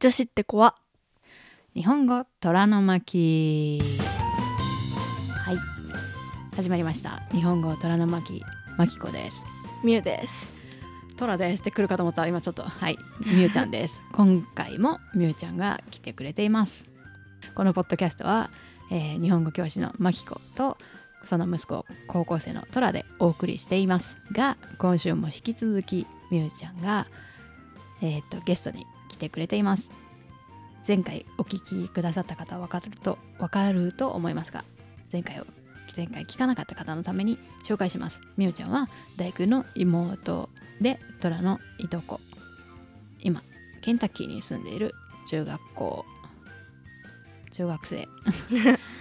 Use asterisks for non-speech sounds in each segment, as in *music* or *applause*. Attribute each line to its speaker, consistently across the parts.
Speaker 1: 女子って怖
Speaker 2: 日本語虎の巻はい始まりました日本語虎の巻巻子です
Speaker 1: みゆです
Speaker 2: 虎ですって来るかと思ったら今ちょっとはいみゆちゃんです *laughs* 今回もみゆちゃんが来てくれていますこのポッドキャストは、えー日本語教師の巻子とその息子高校生の虎でお送りしていますが今週も引き続きみゆちゃんがえーっとゲストに来てくれています前回お聞きくださった方は分かると分かると思いますが前回を前回聞かなかった方のために紹介しますみゆちゃんは大工の妹で虎のいとこ今ケンタッキーに住んでいる中学校中
Speaker 1: *laughs*
Speaker 2: 学生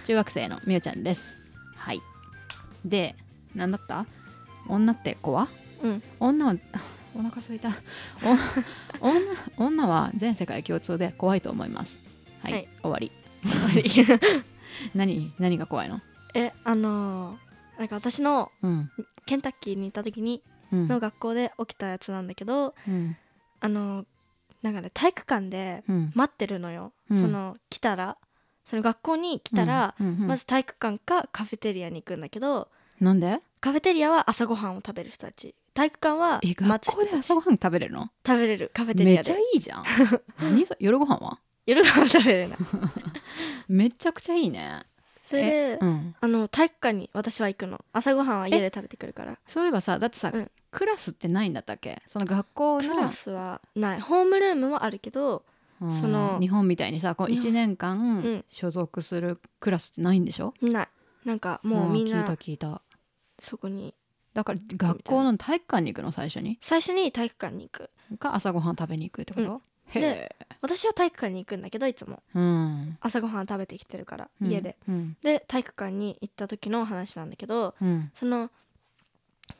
Speaker 2: 中学生のみゆちゃんですはいで何だった女って子は
Speaker 1: うん
Speaker 2: 女はお腹空いたお女女は全世界共通で怖いと思いますはい、
Speaker 1: はい
Speaker 2: 終わり
Speaker 1: 終わり
Speaker 2: 何何が怖いの
Speaker 1: *laughs* えあのーなんか私の
Speaker 2: うん
Speaker 1: ケンタッキーに行った時に
Speaker 2: うん
Speaker 1: の学校で起きたやつなんだけど
Speaker 2: うん
Speaker 1: あのーなんかね体育館で
Speaker 2: うん
Speaker 1: 待ってるのよ、
Speaker 2: うん
Speaker 1: その来たらその学校に来たら、
Speaker 2: うんうん
Speaker 1: まず体育館かカフェテリアに行くんだけど
Speaker 2: なんで
Speaker 1: カフェテリアは朝ごはんを食べる人たち体育館は
Speaker 2: え
Speaker 1: 待
Speaker 2: 学
Speaker 1: つ
Speaker 2: 校
Speaker 1: 人
Speaker 2: で
Speaker 1: たち
Speaker 2: 朝ご
Speaker 1: 食
Speaker 2: はん食べれるの
Speaker 1: べれるカフェテリ
Speaker 2: め
Speaker 1: ア
Speaker 2: ちゃ
Speaker 1: で
Speaker 2: いいじゃん何そ夜ご飯は
Speaker 1: 夜ご飯食べれるな
Speaker 2: めちゃくちゃいいね
Speaker 1: それで
Speaker 2: *laughs* うん
Speaker 1: あの体育館に私は行くの朝ごはんは家で食べてくるから
Speaker 2: そういえばさだってさ、
Speaker 1: うん
Speaker 2: クラスってないんだったっけその学校
Speaker 1: ク
Speaker 2: の
Speaker 1: ラスはないホームルームはあるけど
Speaker 2: うん
Speaker 1: その
Speaker 2: 日本みたいにさこう
Speaker 1: 日本
Speaker 2: 1年間
Speaker 1: ん
Speaker 2: 所属するクラスってないんでしょ、
Speaker 1: ないなんかもうみん
Speaker 2: 聞いた
Speaker 1: な
Speaker 2: 聞いた
Speaker 1: そこに
Speaker 2: だから学校の体育館に行くの最初に
Speaker 1: 最初に体育館に行く
Speaker 2: か朝ごはん食べに行くってこと、
Speaker 1: う
Speaker 2: へえ
Speaker 1: 私は体育館に行くんだけどいつも
Speaker 2: うん
Speaker 1: 朝ごはん食べてきてるから
Speaker 2: うん
Speaker 1: 家で、
Speaker 2: うん
Speaker 1: で体育館に行った時の話なんだけど
Speaker 2: うん
Speaker 1: その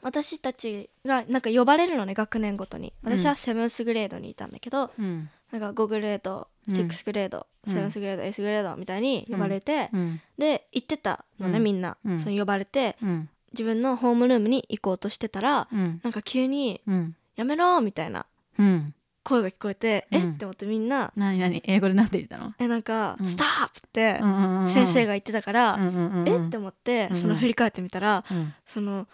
Speaker 1: 私たちがなんか呼ばれるのね学年ごとに
Speaker 2: うん
Speaker 1: 私はセブンスグレードにいたんだけど、
Speaker 2: うん
Speaker 1: なんか5グレード
Speaker 2: うん
Speaker 1: 6グレード、
Speaker 2: うん
Speaker 1: セブンスグレード S グレードみたいに呼ばれて、
Speaker 2: うん
Speaker 1: で行ってたのね、
Speaker 2: うん
Speaker 1: みんな、
Speaker 2: うん
Speaker 1: その呼ばれて
Speaker 2: うん
Speaker 1: 自分のホームルームに行こうとしてたら
Speaker 2: うん
Speaker 1: なんか急に
Speaker 2: うん
Speaker 1: 「やめろ!」みたいな
Speaker 2: うん
Speaker 1: 声が聞こえて、
Speaker 2: うん
Speaker 1: えって思ってみんな
Speaker 2: 何何英語でなんて言ったの
Speaker 1: 「えなんか、
Speaker 2: うん
Speaker 1: ストップ!」って先
Speaker 2: 先
Speaker 1: 生が言ってたから「
Speaker 2: うんうんうん
Speaker 1: えっ?」て思って
Speaker 2: うん
Speaker 1: その振り返ってみたら、
Speaker 2: うん
Speaker 1: その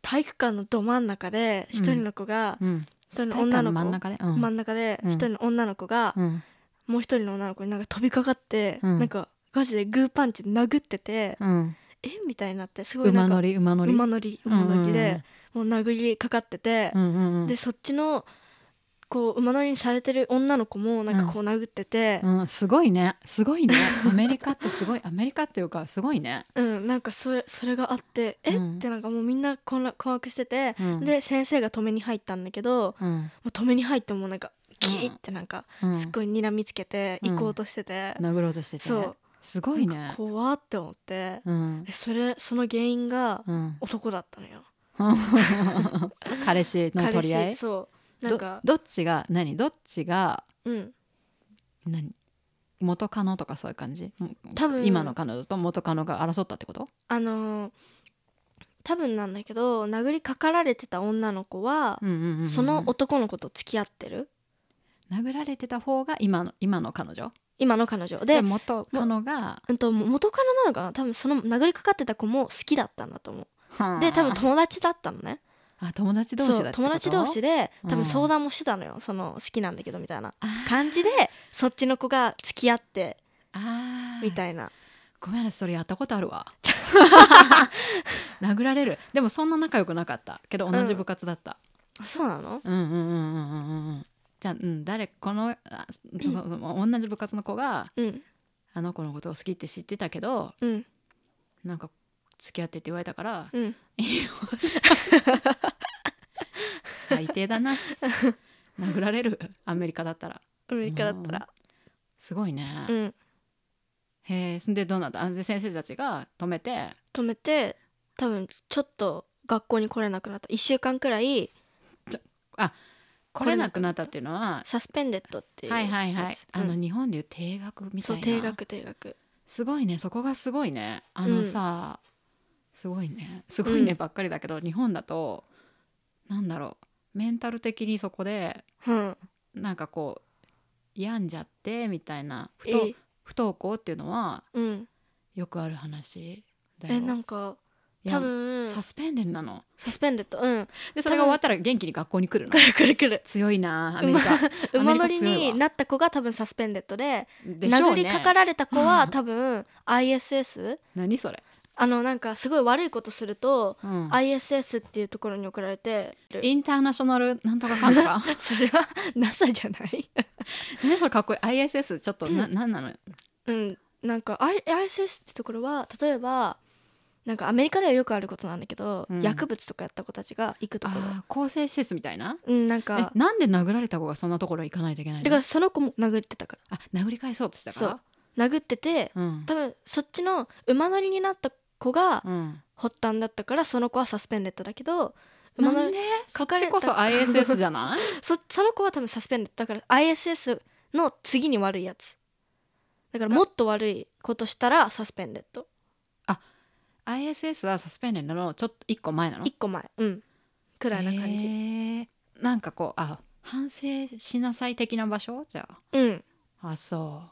Speaker 1: 体育館のど真ん中で
Speaker 2: うん
Speaker 1: 一人の子が、
Speaker 2: うん
Speaker 1: 一人の
Speaker 2: 体育
Speaker 1: 女
Speaker 2: 館
Speaker 1: の
Speaker 2: の
Speaker 1: 子
Speaker 2: 真
Speaker 1: 真
Speaker 2: ん
Speaker 1: ん
Speaker 2: 中でうん
Speaker 1: 中で
Speaker 2: うん
Speaker 1: 一人の女の子が、
Speaker 2: うん
Speaker 1: もう一人の女の子になんか飛びかかって、
Speaker 2: うん
Speaker 1: なんかガチでグーパンチで殴ってて、
Speaker 2: うん
Speaker 1: えみたいになってすごいな
Speaker 2: 馬
Speaker 1: んか
Speaker 2: 乗り馬乗り
Speaker 1: 馬乗り馬乗りで、もう殴りかかってて
Speaker 2: う、んうんうん
Speaker 1: でそっちのこう馬乗りにされてる女の子もなんかこう殴ってて、
Speaker 2: うんすごいねすごいねアメリカってすごいアメリカっていうかすごいね
Speaker 1: うんなんかそれそれがあってえ、
Speaker 2: うん
Speaker 1: ってなんかもうみんな困惑困惑してて、
Speaker 2: うん
Speaker 1: で先生が止めに入ったんだけども
Speaker 2: うん
Speaker 1: う止めに入ってもなんかキーってなんか、
Speaker 2: うん
Speaker 1: すっごい睨みつけて
Speaker 2: うん
Speaker 1: 行こうとしてて、
Speaker 2: 殴ろうとしてて
Speaker 1: そう
Speaker 2: すごい
Speaker 1: なんか
Speaker 2: ね
Speaker 1: 怖って思って、
Speaker 2: うん
Speaker 1: でそれその原因が
Speaker 2: うん
Speaker 1: 男だったのよ。
Speaker 2: 彼氏の取り合
Speaker 1: 彼
Speaker 2: い
Speaker 1: 氏そうなんか
Speaker 2: どどっちが何どっちが
Speaker 1: うん
Speaker 2: 何元カノとかそういう感じも
Speaker 1: 多分
Speaker 2: 今の彼女と元カノが争ったってこと
Speaker 1: あのー多分なんだけど殴りかかられてた女の子は、
Speaker 2: うんうんうんうん
Speaker 1: その男の子と付き合ってる
Speaker 2: 殴られてた方が今の今の彼女
Speaker 1: 今の彼女
Speaker 2: で
Speaker 1: で、
Speaker 2: 元カノが
Speaker 1: うん、と元カノなのかな多分その殴りかかってた子も好きだったんだと思うで多分友達だったのね
Speaker 2: あ友達同士
Speaker 1: そ
Speaker 2: だ
Speaker 1: う友達同士
Speaker 2: で
Speaker 1: で多
Speaker 2: うん
Speaker 1: 分相談もしてたのよ、その好きなんだけどみたいな感じでそっちの子が付き合って
Speaker 2: あー
Speaker 1: みたいな
Speaker 2: ごめんなさいそれやったことあるわ *laughs* 殴られるでもそんな仲良くなかったけど同じ部活だった、
Speaker 1: あそうなの
Speaker 2: うん、うんうんうんうんうんうんじゃあ、うん、誰このあそもそも同じ部活の子が
Speaker 1: うん
Speaker 2: あの子のことを好きって知ってたけど
Speaker 1: うん
Speaker 2: なんか付き合ってって言われたから
Speaker 1: うん
Speaker 2: 最低だな殴られるアメリカだったら
Speaker 1: アメリカだったら
Speaker 2: すごいね、
Speaker 1: うん
Speaker 2: へえそんでどうなったあで先生たちが止めて
Speaker 1: 止めて多分ちょっと学校に来れなくなった1週間くらい
Speaker 2: 来れなくなったっていうのは
Speaker 1: サスペンデッドっていう
Speaker 2: はいはいは
Speaker 1: や
Speaker 2: い
Speaker 1: つ、
Speaker 2: あの
Speaker 1: うん
Speaker 2: 日本でいう定額みた
Speaker 1: そ
Speaker 2: いうな
Speaker 1: 定額定額
Speaker 2: すごいねそこがすごいねあのさ、すごいねすごいね
Speaker 1: うん
Speaker 2: ばっかりだけど、日本だとなんだろうメンタル的にそこで
Speaker 1: うん
Speaker 2: なんかこう病んじゃってみたいな不
Speaker 1: え
Speaker 2: 登不登校っていうのは
Speaker 1: うん
Speaker 2: よくある話だよ
Speaker 1: えなんか
Speaker 2: いや
Speaker 1: 多分
Speaker 2: サスペンデンなの
Speaker 1: サスペンデッドうん
Speaker 2: でそれ
Speaker 1: 多分
Speaker 2: が終わったら元気に学校に
Speaker 1: *laughs*
Speaker 2: 来るの
Speaker 1: くるくるくる
Speaker 2: 強いなアメリ
Speaker 1: *laughs*
Speaker 2: カアメ
Speaker 1: 馬
Speaker 2: リカ強いわ
Speaker 1: 乗りになった子が多分サスペンデッドで
Speaker 2: でしょ
Speaker 1: 殴
Speaker 2: う
Speaker 1: り
Speaker 2: ね
Speaker 1: かかられた子は多分 ISS
Speaker 2: 何それ、
Speaker 1: あのなんかすごい悪いことすると
Speaker 2: うん
Speaker 1: ISS っていうところに送られてる
Speaker 2: インターナショナルなんとかかんと *laughs* か
Speaker 1: それは NASA じゃない
Speaker 2: 何それかっこいい ISS ちょっとななんなの
Speaker 1: うんなんか I- ISS ってところは例えばなんかアメリカではよくあることなんだけど、
Speaker 2: うん
Speaker 1: 薬物とかやった子たちが行くところ
Speaker 2: あー更生施設みたいな
Speaker 1: うんなん
Speaker 2: え
Speaker 1: か
Speaker 2: なんで殴られた子がそんなところ行かないといけないの
Speaker 1: だからその子も殴ってたか
Speaker 2: あ殴り返そうってしたから
Speaker 1: ら殴ってて
Speaker 2: う、ん
Speaker 1: 多分そっちの馬乗りになった子が
Speaker 2: うん、
Speaker 1: 発端だったからその子はサスペンデッドだけど馬
Speaker 2: な
Speaker 1: 乗
Speaker 2: ん
Speaker 1: り
Speaker 2: でそ
Speaker 1: 書
Speaker 2: っ
Speaker 1: かれ
Speaker 2: ち
Speaker 1: た
Speaker 2: こそ ISS じゃない
Speaker 1: そその子は多分サスペンデッドだから ISS の次に悪いやつだからもっと悪いことしたらサスペンデッド
Speaker 2: ISS はサスペンデンのちょっと一個前なの
Speaker 1: 一個前うんくらいな感じ、
Speaker 2: へーなんかこうあ反省しなさい的な場所じゃ
Speaker 1: うん
Speaker 2: ああそ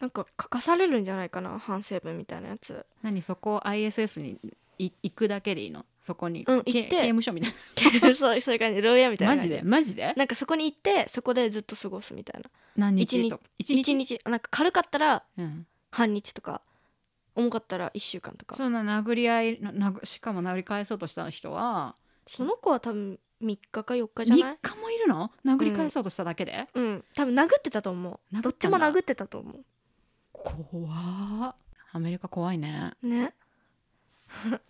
Speaker 2: う
Speaker 1: なんか書かされるんじゃないかな反省文みたいなやつ *laughs*
Speaker 2: 何そこ ISS にい行くだけでいいのそこに、
Speaker 1: うん
Speaker 2: け
Speaker 1: 行って
Speaker 2: 刑務所みたい
Speaker 1: そう *laughs* そういう感じ牢屋みた
Speaker 2: ない
Speaker 1: な
Speaker 2: マ
Speaker 1: 感じ
Speaker 2: ジでマジで
Speaker 1: なんかそこに行ってそこでずっと過ごすみたいな
Speaker 2: 何
Speaker 1: 一
Speaker 2: 日
Speaker 1: 日
Speaker 2: と一
Speaker 1: 一日なんか軽かったら
Speaker 2: うん、
Speaker 1: 半日とか重かったら1週間とかそ
Speaker 2: そんな殴り合いな殴しかも殴り返そうとした人は
Speaker 1: の子は多分3日か4日じ
Speaker 2: 3
Speaker 1: ゃ
Speaker 2: 日
Speaker 1: ない
Speaker 2: もいるの殴り返そうとしただけで、
Speaker 1: うん多分殴ってたと思
Speaker 2: 殴った
Speaker 1: う
Speaker 2: んだ
Speaker 1: どっちも殴ってたと思
Speaker 2: 怖っアメリカ怖いね
Speaker 1: うね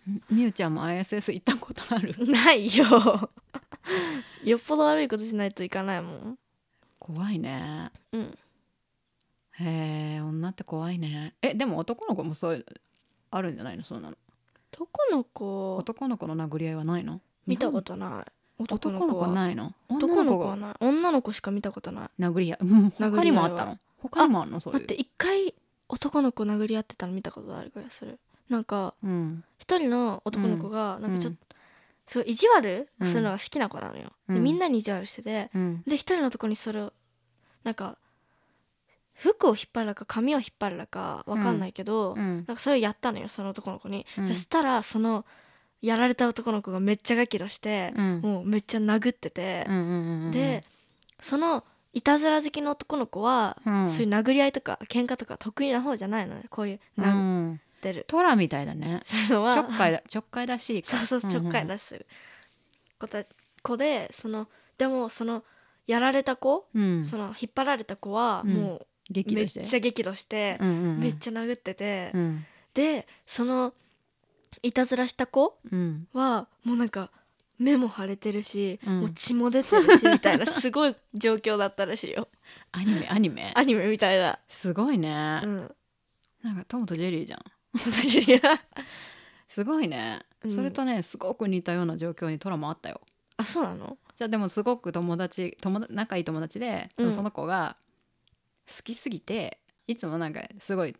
Speaker 2: みみゆちゃんも ISS 行ったことある
Speaker 1: *laughs* ないよ *laughs* よっぽど悪いことしないといかないもん
Speaker 2: 怖いね
Speaker 1: うん
Speaker 2: へえ女って怖いねえでも男の子もそういうあるんじゃないのそうなの
Speaker 1: どこの子
Speaker 2: 男の子の殴り合いはないの
Speaker 1: 見たこととない
Speaker 2: 男
Speaker 1: 男の
Speaker 2: の
Speaker 1: 子
Speaker 2: 子は
Speaker 1: は
Speaker 2: ないの
Speaker 1: 男の子
Speaker 2: が
Speaker 1: はない女の子しか見たことない
Speaker 2: 殴り合い、うん、
Speaker 1: 合いは
Speaker 2: 他にもあったの他にもあるのそうい
Speaker 1: 待
Speaker 2: う
Speaker 1: って一回男の子殴り合ってたの見たことある気がするなんか
Speaker 2: うん
Speaker 1: 一人の男の子がなんかちょっと、
Speaker 2: うん
Speaker 1: そう意地悪
Speaker 2: うん
Speaker 1: するのが好きな子なのよ、
Speaker 2: う
Speaker 1: で
Speaker 2: ん
Speaker 1: みんなに意地悪してて
Speaker 2: うん
Speaker 1: で一人のとこにそれをなんか服を引っ張るだか髪を引っ張るだかわかんないけど、
Speaker 2: うん
Speaker 1: なんかそれをやったのよその男の子に、
Speaker 2: うん
Speaker 1: そしたらそのやられた男の子がめっちゃガキ出して、
Speaker 2: うん
Speaker 1: もうめっちゃ殴ってて
Speaker 2: う、んうんうんうん
Speaker 1: でそのいたずら好きの男の子は、
Speaker 2: うん
Speaker 1: そういう殴り合いとか喧嘩とか得意な方じゃないのねこういう
Speaker 2: う
Speaker 1: 殴
Speaker 2: ん
Speaker 1: ってる、
Speaker 2: トラみたいだね
Speaker 1: そういうの
Speaker 2: ちょ
Speaker 1: は
Speaker 2: っかいだちょっかいらしいか
Speaker 1: そうそうそうちょっかい出してる子た子でそのでもそのやられた子、
Speaker 2: うんうん
Speaker 1: その引っ張られた子は
Speaker 2: うん
Speaker 1: もう
Speaker 2: 激
Speaker 1: めっ
Speaker 2: 怒して
Speaker 1: ちゃ激怒して、
Speaker 2: うんうんうん
Speaker 1: めっちゃ殴ってて、
Speaker 2: うん
Speaker 1: でそのいたずらした子
Speaker 2: うん
Speaker 1: はもうなんか目も腫れてるし、
Speaker 2: うん
Speaker 1: もう血も出てるしみたいなすごい状況だったらしい
Speaker 2: *laughs*
Speaker 1: よ
Speaker 2: アニメアニメ
Speaker 1: アニメみたいな
Speaker 2: すごいね
Speaker 1: うん
Speaker 2: *laughs* なんかトムとジェリーじゃん
Speaker 1: 私には
Speaker 2: すごいね
Speaker 1: うん
Speaker 2: それとねすごく似たような状況にトラもあったよ
Speaker 1: あそうなの
Speaker 2: じゃあでもすごく友達友達仲いい友達で
Speaker 1: うん
Speaker 2: でもその子が好きすぎていつもなんかすごいん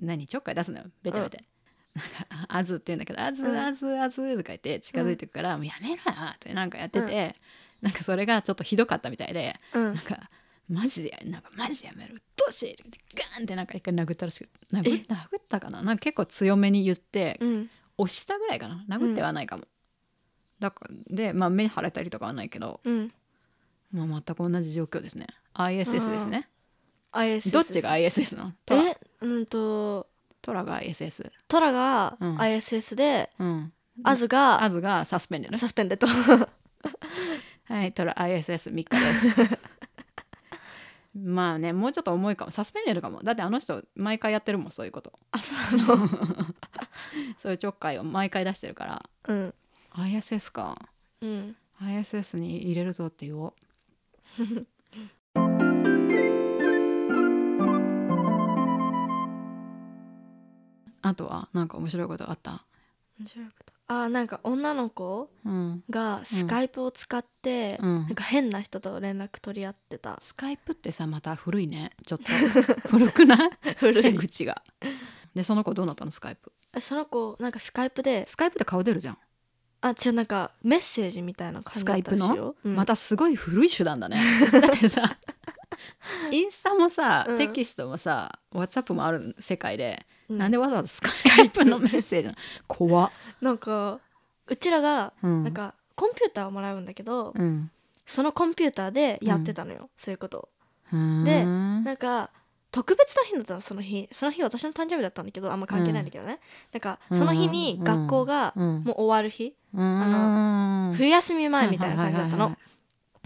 Speaker 2: 何ちょっかい出すのよベタベタ、なんかあずって言うんだけど「あず
Speaker 1: うん
Speaker 2: あずあず」とか言って近づいてくから「もうやめろよ」ってなんかやってて、なんかそれがちょっとひどかったみたいで
Speaker 1: うん
Speaker 2: なんかマジでなんかマジでやめろうっとうしいってガーンってなんか一回殴ったらしく殴っ殴ったかななんか結構強めに言って
Speaker 1: うん
Speaker 2: 押したぐらいかな殴ってはないかも、だからでまあ目腫れたりとかはないけど、
Speaker 1: うん
Speaker 2: まあ、全く同じ状況ですね ISS ですね
Speaker 1: ISS
Speaker 2: *laughs* どっちが ISS なのトラ
Speaker 1: えうんと
Speaker 2: トラが ISS
Speaker 1: トラが
Speaker 2: うん
Speaker 1: ISS で、
Speaker 2: うん
Speaker 1: アズが
Speaker 2: アズがサスペンデッド
Speaker 1: サスペン
Speaker 2: *laughs*
Speaker 1: デッド
Speaker 2: はいトラ ISS3 日です
Speaker 1: *laughs*
Speaker 2: まあねもうちょっと重いかもサスペンデッドかもだってあの人毎回やってるもんそういうこと
Speaker 1: あそうなの
Speaker 2: *laughs* そういうちょっかいを毎回出してるから
Speaker 1: うん
Speaker 2: ISS か
Speaker 1: うん
Speaker 2: ISS に入れるぞって言おうあとはなんか面白いことあった
Speaker 1: 面白いことあなんか女の子
Speaker 2: うん、
Speaker 1: がスカイプを使って、
Speaker 2: うん
Speaker 1: なん、か変な人と連絡取り合ってた
Speaker 2: スカイプってさまた古いねちょっ
Speaker 1: *laughs*
Speaker 2: と *laughs* 古くない
Speaker 1: 古
Speaker 2: 手口がでその子どうなったのスカイプ
Speaker 1: その子なんかスカイプで
Speaker 2: スカイプって顔出るじゃん、
Speaker 1: あ違うなんかメッセージみたいな感じだったらしいよ、うん *laughs*
Speaker 2: またすごい古い手段だねだってさインスタもさ、
Speaker 1: うん
Speaker 2: テキストもさ WhatsApp もある世界で、
Speaker 1: うん
Speaker 2: なんでわざわざスカイプのメッセージなの怖っ、
Speaker 1: なんかうちらが
Speaker 2: うん、
Speaker 1: なんかコンピューターをもらうんだけど、
Speaker 2: うん、
Speaker 1: そのコンピューターでやってたのよ、そういうことを
Speaker 2: で
Speaker 1: でなんか特別な日だったのその日その日私の誕生日だったんだけどあんま関係ないんだけどね、なんかその日に
Speaker 2: うん
Speaker 1: 学校が
Speaker 2: うん
Speaker 1: もう終わる日、
Speaker 2: あ
Speaker 1: 冬休み前みたいな感じだったの、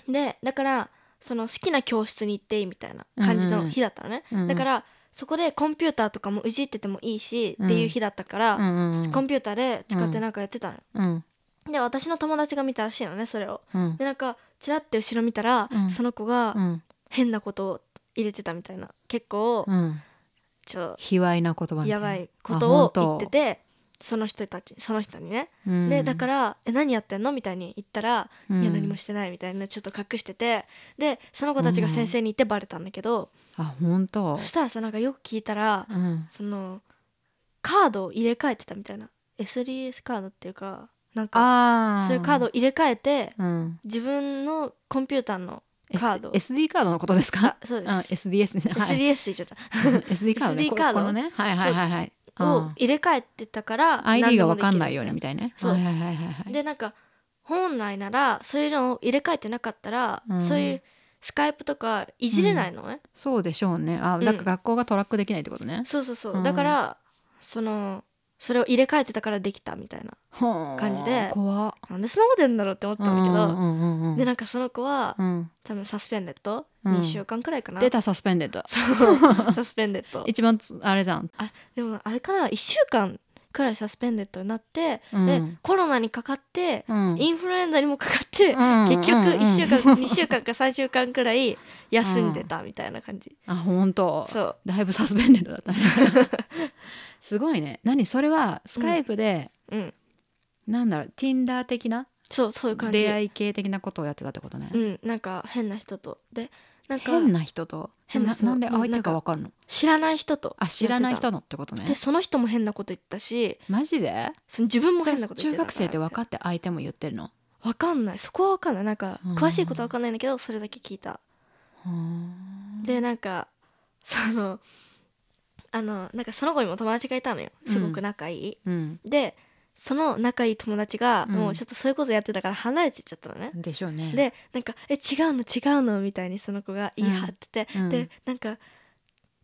Speaker 1: でだからその好きな教室に行っていいみたいな感じの日だったのね、
Speaker 2: うん
Speaker 1: だからそこでコンピューターとかもいじっててもいいし、っていう日だったから、コンピューターで使ってなんかやってたの、
Speaker 2: うん
Speaker 1: で私の友達が見たらしいのねそれを
Speaker 2: うん
Speaker 1: でなんかちらって後ろ見たら、
Speaker 2: うん
Speaker 1: その子が
Speaker 2: うん
Speaker 1: 変なことを入れてたみたいな結構
Speaker 2: うん
Speaker 1: ちょっ
Speaker 2: 卑猥な言葉
Speaker 1: と
Speaker 2: みた
Speaker 1: やば
Speaker 2: ない
Speaker 1: ことを
Speaker 2: あ
Speaker 1: 言
Speaker 2: 本
Speaker 1: っ
Speaker 2: 当
Speaker 1: ててその人たちその人にね、
Speaker 2: うん
Speaker 1: でだから「え何やってんの?」みたいに言ったら「
Speaker 2: うん
Speaker 1: いや何もしてない」みたいなちょっと隠しててでその子たちが先生に言ってバレたんだけど、
Speaker 2: あ本当
Speaker 1: そしたらさなんかよく聞いたら
Speaker 2: うん
Speaker 1: そのカードを入れ替えてたみたいな SDS カードっていうかなんか
Speaker 2: あ
Speaker 1: そういうカードを入れ替えて
Speaker 2: うん
Speaker 1: 自分のコンピューターのカード
Speaker 2: S- SD カードのことですか
Speaker 1: あそう
Speaker 2: う
Speaker 1: で
Speaker 2: ん
Speaker 1: す、
Speaker 2: SDS ねはい *laughs*
Speaker 1: SDS って言っちゃっ *laughs*
Speaker 2: SD カードね
Speaker 1: SD
Speaker 2: こ
Speaker 1: カード
Speaker 2: このねはいはいはいはい
Speaker 1: たを入れ替えてたから
Speaker 2: あ ID が
Speaker 1: わ
Speaker 2: 分かんないようなみたいね
Speaker 1: そう
Speaker 2: はいはいはいはいはい
Speaker 1: でなんか本来ならそういうのを入れ替えてなかったら、
Speaker 2: うん
Speaker 1: そういうスカイプとかいじれないのね、
Speaker 2: そうでしょうねあ
Speaker 1: うん
Speaker 2: だから学校がトラックできないってことね
Speaker 1: そうそうそう、
Speaker 2: うん
Speaker 1: だからそのそれを入れ替えてたからできたみたいな
Speaker 2: 感
Speaker 1: 感じで
Speaker 2: 怖っ
Speaker 1: なんでそんなことやんだろうって思ったんだけど、
Speaker 2: うんうんうんうん
Speaker 1: でなんかその子は、
Speaker 2: うん
Speaker 1: 多分サスペンデッド、
Speaker 2: うん
Speaker 1: 2週間くらいかな
Speaker 2: 出たサスペンデッド *laughs*
Speaker 1: そうサスペンデッド
Speaker 2: 一番つあれじゃん
Speaker 1: でもあれかな1週間くらいサスペンデッドになって、
Speaker 2: うん
Speaker 1: でコロナにかかって、
Speaker 2: うん
Speaker 1: インフルエンザにもかかって、
Speaker 2: うん
Speaker 1: 結局
Speaker 2: うんうん
Speaker 1: 1週間、2週間か3週間くらい休んでたみたいな感じ、
Speaker 2: あ本当
Speaker 1: そう
Speaker 2: だいぶサスペンデッドだったね *laughs* すごいね何それはスカイプで、
Speaker 1: うん
Speaker 2: なんだろう Tinder 的な
Speaker 1: そうそういう感じ
Speaker 2: 出会い系的なことをやってたってことね、
Speaker 1: うんなんか変な人とでなんか
Speaker 2: 変な人と
Speaker 1: 変な
Speaker 2: な
Speaker 1: 人
Speaker 2: なんで相
Speaker 1: な
Speaker 2: 手
Speaker 1: んか
Speaker 2: が分かるの
Speaker 1: 知らない人と
Speaker 2: あ知らない
Speaker 1: やって
Speaker 2: 人のってこと
Speaker 1: た
Speaker 2: ね
Speaker 1: でその人も変なこと言ったし
Speaker 2: マジで
Speaker 1: その自分も
Speaker 2: それ
Speaker 1: 変なこと言っ
Speaker 2: 中
Speaker 1: てた
Speaker 2: 学生って分か
Speaker 1: っ
Speaker 2: って相手も言ってるの
Speaker 1: わかんないそこはわかんないなんか
Speaker 2: うん
Speaker 1: 詳しいことはわかんないんだけどそれだけ聞いたでなんかそのあのなんかその子にも友達がいたのよすごく仲いい、
Speaker 2: うん
Speaker 1: でその仲いい友達が
Speaker 2: うん
Speaker 1: もうちょっとそういうことやってたから離れていっちゃったのね、
Speaker 2: でしょうね
Speaker 1: でなんか「え違うの違うの」みたいにその子が言い張ってて、
Speaker 2: うんうん
Speaker 1: でなんか「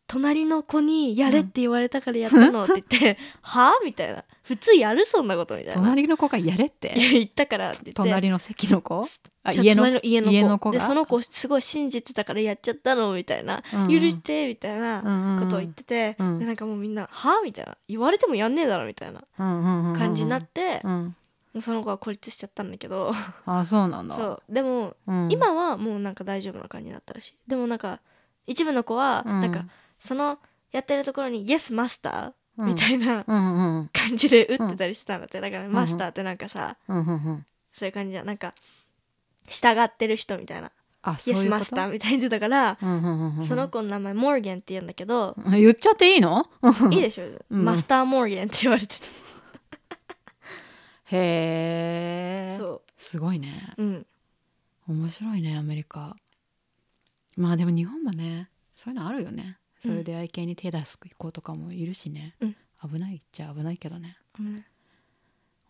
Speaker 1: 隣の子にやれって言われたからやったの」って言
Speaker 2: *laughs*
Speaker 1: って「はみたいな「普通やるそんなこと」みたいな「
Speaker 2: 隣の子がやれっ
Speaker 1: い
Speaker 2: て
Speaker 1: や言ったから」って言って
Speaker 2: 隣の席の子あ
Speaker 1: ちょ
Speaker 2: 家の
Speaker 1: 隣家の子
Speaker 2: 家の子が
Speaker 1: でその子をすごい信じてたからやっちゃったのみたいな、
Speaker 2: うん
Speaker 1: 許してみたいなこ
Speaker 2: こと
Speaker 1: を言ってて、
Speaker 2: うん
Speaker 1: でなんかもうみんな「はみたいな「言われてもやんねえだろ」みたいな感
Speaker 2: 感
Speaker 1: じになって、
Speaker 2: うんうん
Speaker 1: もうその子は孤立しちゃったんだけど
Speaker 2: あそうなんだ
Speaker 1: そうでも
Speaker 2: うん
Speaker 1: 今はもうなんか大丈夫な感じだったらしいでもなんか一部の子は
Speaker 2: うん
Speaker 1: なんかそのやってるところに「Yes マスター」みた
Speaker 2: い
Speaker 1: いな
Speaker 2: うんうん
Speaker 1: 感じで打ってたりしてたんだってだから
Speaker 2: ん
Speaker 1: マスターってなんかさ
Speaker 2: うんうんうん
Speaker 1: そういう感じじゃんなんか従ってる人みたいな
Speaker 2: あ
Speaker 1: 「
Speaker 2: そう
Speaker 1: Yes
Speaker 2: いう
Speaker 1: マ
Speaker 2: こ
Speaker 1: ス
Speaker 2: と
Speaker 1: ター」みたいに言ってたから
Speaker 2: うんうんうんうん
Speaker 1: その子の名前モーゲンって言うんだけど
Speaker 2: 言っちゃっていいの
Speaker 1: いいでしょ
Speaker 2: うん
Speaker 1: マスターモーゲンって言われて
Speaker 2: へえ
Speaker 1: たそ
Speaker 2: すごいね
Speaker 1: ううん
Speaker 2: 面白いねアメリカまあでも日本もねそういうのあるよねそういう出会い系に手出す子とかもいるしね、
Speaker 1: うん
Speaker 2: 危ないっちゃ危ないけどね
Speaker 1: うん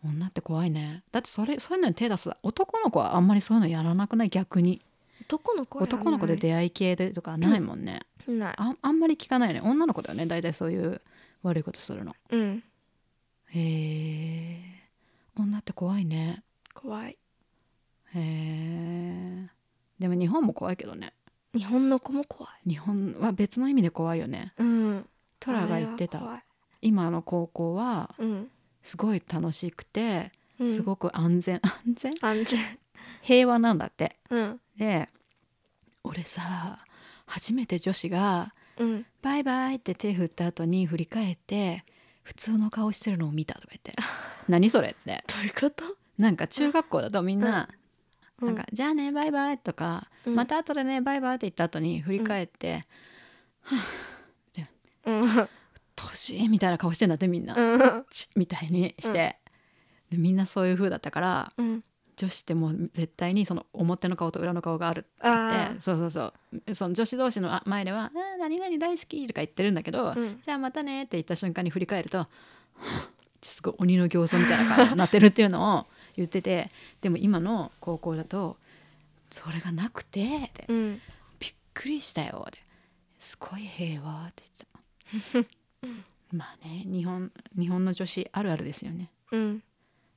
Speaker 2: 女って怖いねだってそれそういうのに手出す男の子はあんまりそういうのやらなくない逆に
Speaker 1: 男の子はやんない
Speaker 2: 男の子で出会い系でとかないもんね、
Speaker 1: ない
Speaker 2: ああんまり聞かないよね女の子だよね大体そういう悪いことするの
Speaker 1: うん
Speaker 2: へえ女って怖いね
Speaker 1: 怖い
Speaker 2: へえでも日本も怖いけどね
Speaker 1: 日本の子も怖い
Speaker 2: 日本は別の意味で怖いよね
Speaker 1: うん
Speaker 2: トラが言って
Speaker 1: あれは
Speaker 2: た
Speaker 1: 怖い
Speaker 2: 今の高校は
Speaker 1: うん
Speaker 2: すごい楽しくて、
Speaker 1: うん
Speaker 2: すごく安全 *laughs* 安全
Speaker 1: 安全
Speaker 2: 平和なんだって
Speaker 1: うん
Speaker 2: で俺さ初めて女子が
Speaker 1: うん
Speaker 2: 「バイバイ」って手振った後に振り返って普通の顔してるのを見たとか
Speaker 1: *laughs*
Speaker 2: 言って「何それ」って
Speaker 1: どういうこと
Speaker 2: なんか中学校だとみんな「なんか、じゃあねバイバイ」とか、
Speaker 1: うん
Speaker 2: また後でねバイバイ」って言った後に振り返って
Speaker 1: うんうん
Speaker 2: 「年」みたいな顔してんだってみんな「
Speaker 1: うん
Speaker 2: ちみたいにして、でみんなそういう風だったから
Speaker 1: うん
Speaker 2: 女子ってもう絶対にその表の顔と裏の顔があるって
Speaker 1: あ
Speaker 2: そうそうそうその女子同士のあ前では「あー何々大好き」とか言ってるんだけど、
Speaker 1: あ、うん、
Speaker 2: じゃあまたねって言った瞬間に振り返るとはぁすごい鬼の形相みたいな顔になってるっていうのを言っててでも今の高校だとそれがなくてって
Speaker 1: うん、
Speaker 2: びっくりしたよってすごい平和って
Speaker 1: *laughs*
Speaker 2: 言ってたまあね日本日本の女子あるあるですよね
Speaker 1: うん、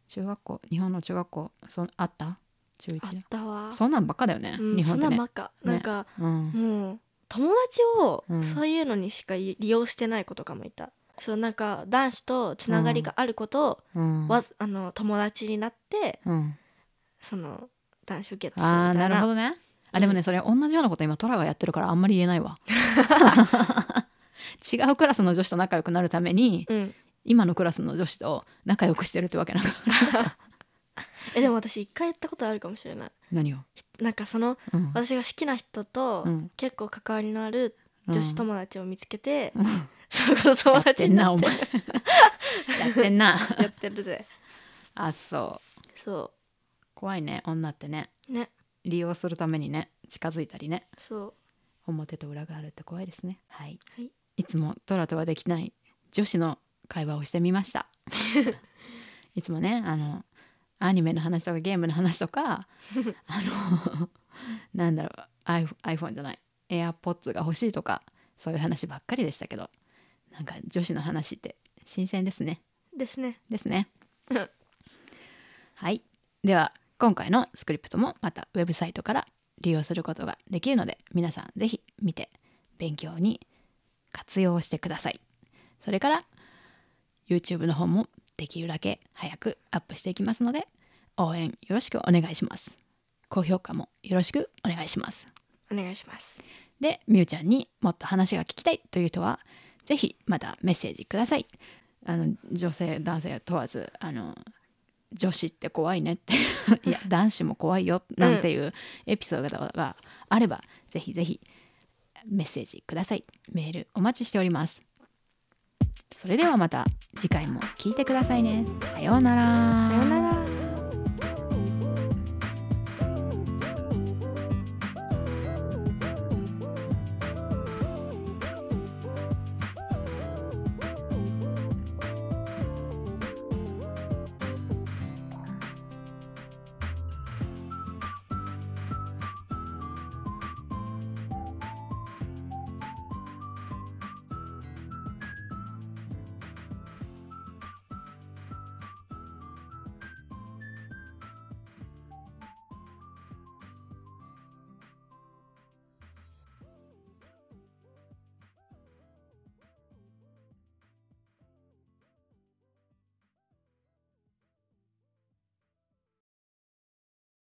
Speaker 2: 中学校日本の中学校そんあった中
Speaker 1: あ
Speaker 2: 1
Speaker 1: っ
Speaker 2: で
Speaker 1: たわ。
Speaker 2: そんなんばっかだよね、
Speaker 1: うん
Speaker 2: 日
Speaker 1: そ
Speaker 2: 本
Speaker 1: ん
Speaker 2: って
Speaker 1: な
Speaker 2: ね
Speaker 1: ばっか、なんか、
Speaker 2: うん
Speaker 1: もう友達を
Speaker 2: うん
Speaker 1: そういうのにしか利用してない子とかもいた。そうなんか男子とつながりがあることを、
Speaker 2: うん
Speaker 1: わあの友達になって
Speaker 2: うん
Speaker 1: その男子をゲットするみ
Speaker 2: あ
Speaker 1: た
Speaker 2: あ
Speaker 1: いな
Speaker 2: なるほどねあでもねそれ同じようなこと今トラがやってるからあんまり言えない
Speaker 1: *laughs*
Speaker 2: わ違うクラスの女子と仲良くなるために
Speaker 1: うん、
Speaker 2: 今のクラスの女子と仲良くしてるってわ
Speaker 1: *laughs*
Speaker 2: けなんか
Speaker 1: えでも私一回やったことあるかもしれない
Speaker 2: 何を、
Speaker 1: なんかその
Speaker 2: うん
Speaker 1: 私が好きな人と
Speaker 2: うん
Speaker 1: 結構関わりのある女子友達を見つけて、
Speaker 2: うん
Speaker 1: その子の友
Speaker 2: やっ
Speaker 1: 達
Speaker 2: て
Speaker 1: に
Speaker 2: ん
Speaker 1: な
Speaker 2: な
Speaker 1: っ
Speaker 2: お
Speaker 1: て
Speaker 2: 前や
Speaker 1: *laughs*
Speaker 2: ってんな
Speaker 1: やってるぜ
Speaker 2: あそう
Speaker 1: そ
Speaker 2: 怖いね女ってね
Speaker 1: うね
Speaker 2: 利用するためにね近づいたりね
Speaker 1: そう
Speaker 2: 表と裏があるって怖いですねはい、
Speaker 1: はい、
Speaker 2: つもトラとはできない女子の会話をしてみました *laughs* いつもねあのアニメの話とかゲームの話と *laughs* かあのなんだろう iPhone- iPhone じゃない AirPods が欲しいとかそういう話ばっかりでしたけどなんか女子の話って新鮮ですね
Speaker 1: ですね
Speaker 2: ですね
Speaker 1: うん
Speaker 2: はいでは今回のスクリプトもまたウェブサイトから利用することができるので皆さんぜひ見て勉強に活用してくださいそれから YouTube の方もできるだけ早くアップしていきますので応援よろしくお願いします高評価もよろしくお願いします
Speaker 1: お願いします
Speaker 2: でみゆちゃんにもっと話が聞きたいという人はぜひまたメッセージくださいあの女性男性問わずあの女子って怖いねって
Speaker 1: *laughs*
Speaker 2: いや男子も怖いよなんていうエピソードがあれば、ぜひぜひメッセージくださいメールお待ちしておりますそれではまた次回も聞いてくださいねさようなら
Speaker 1: さようなら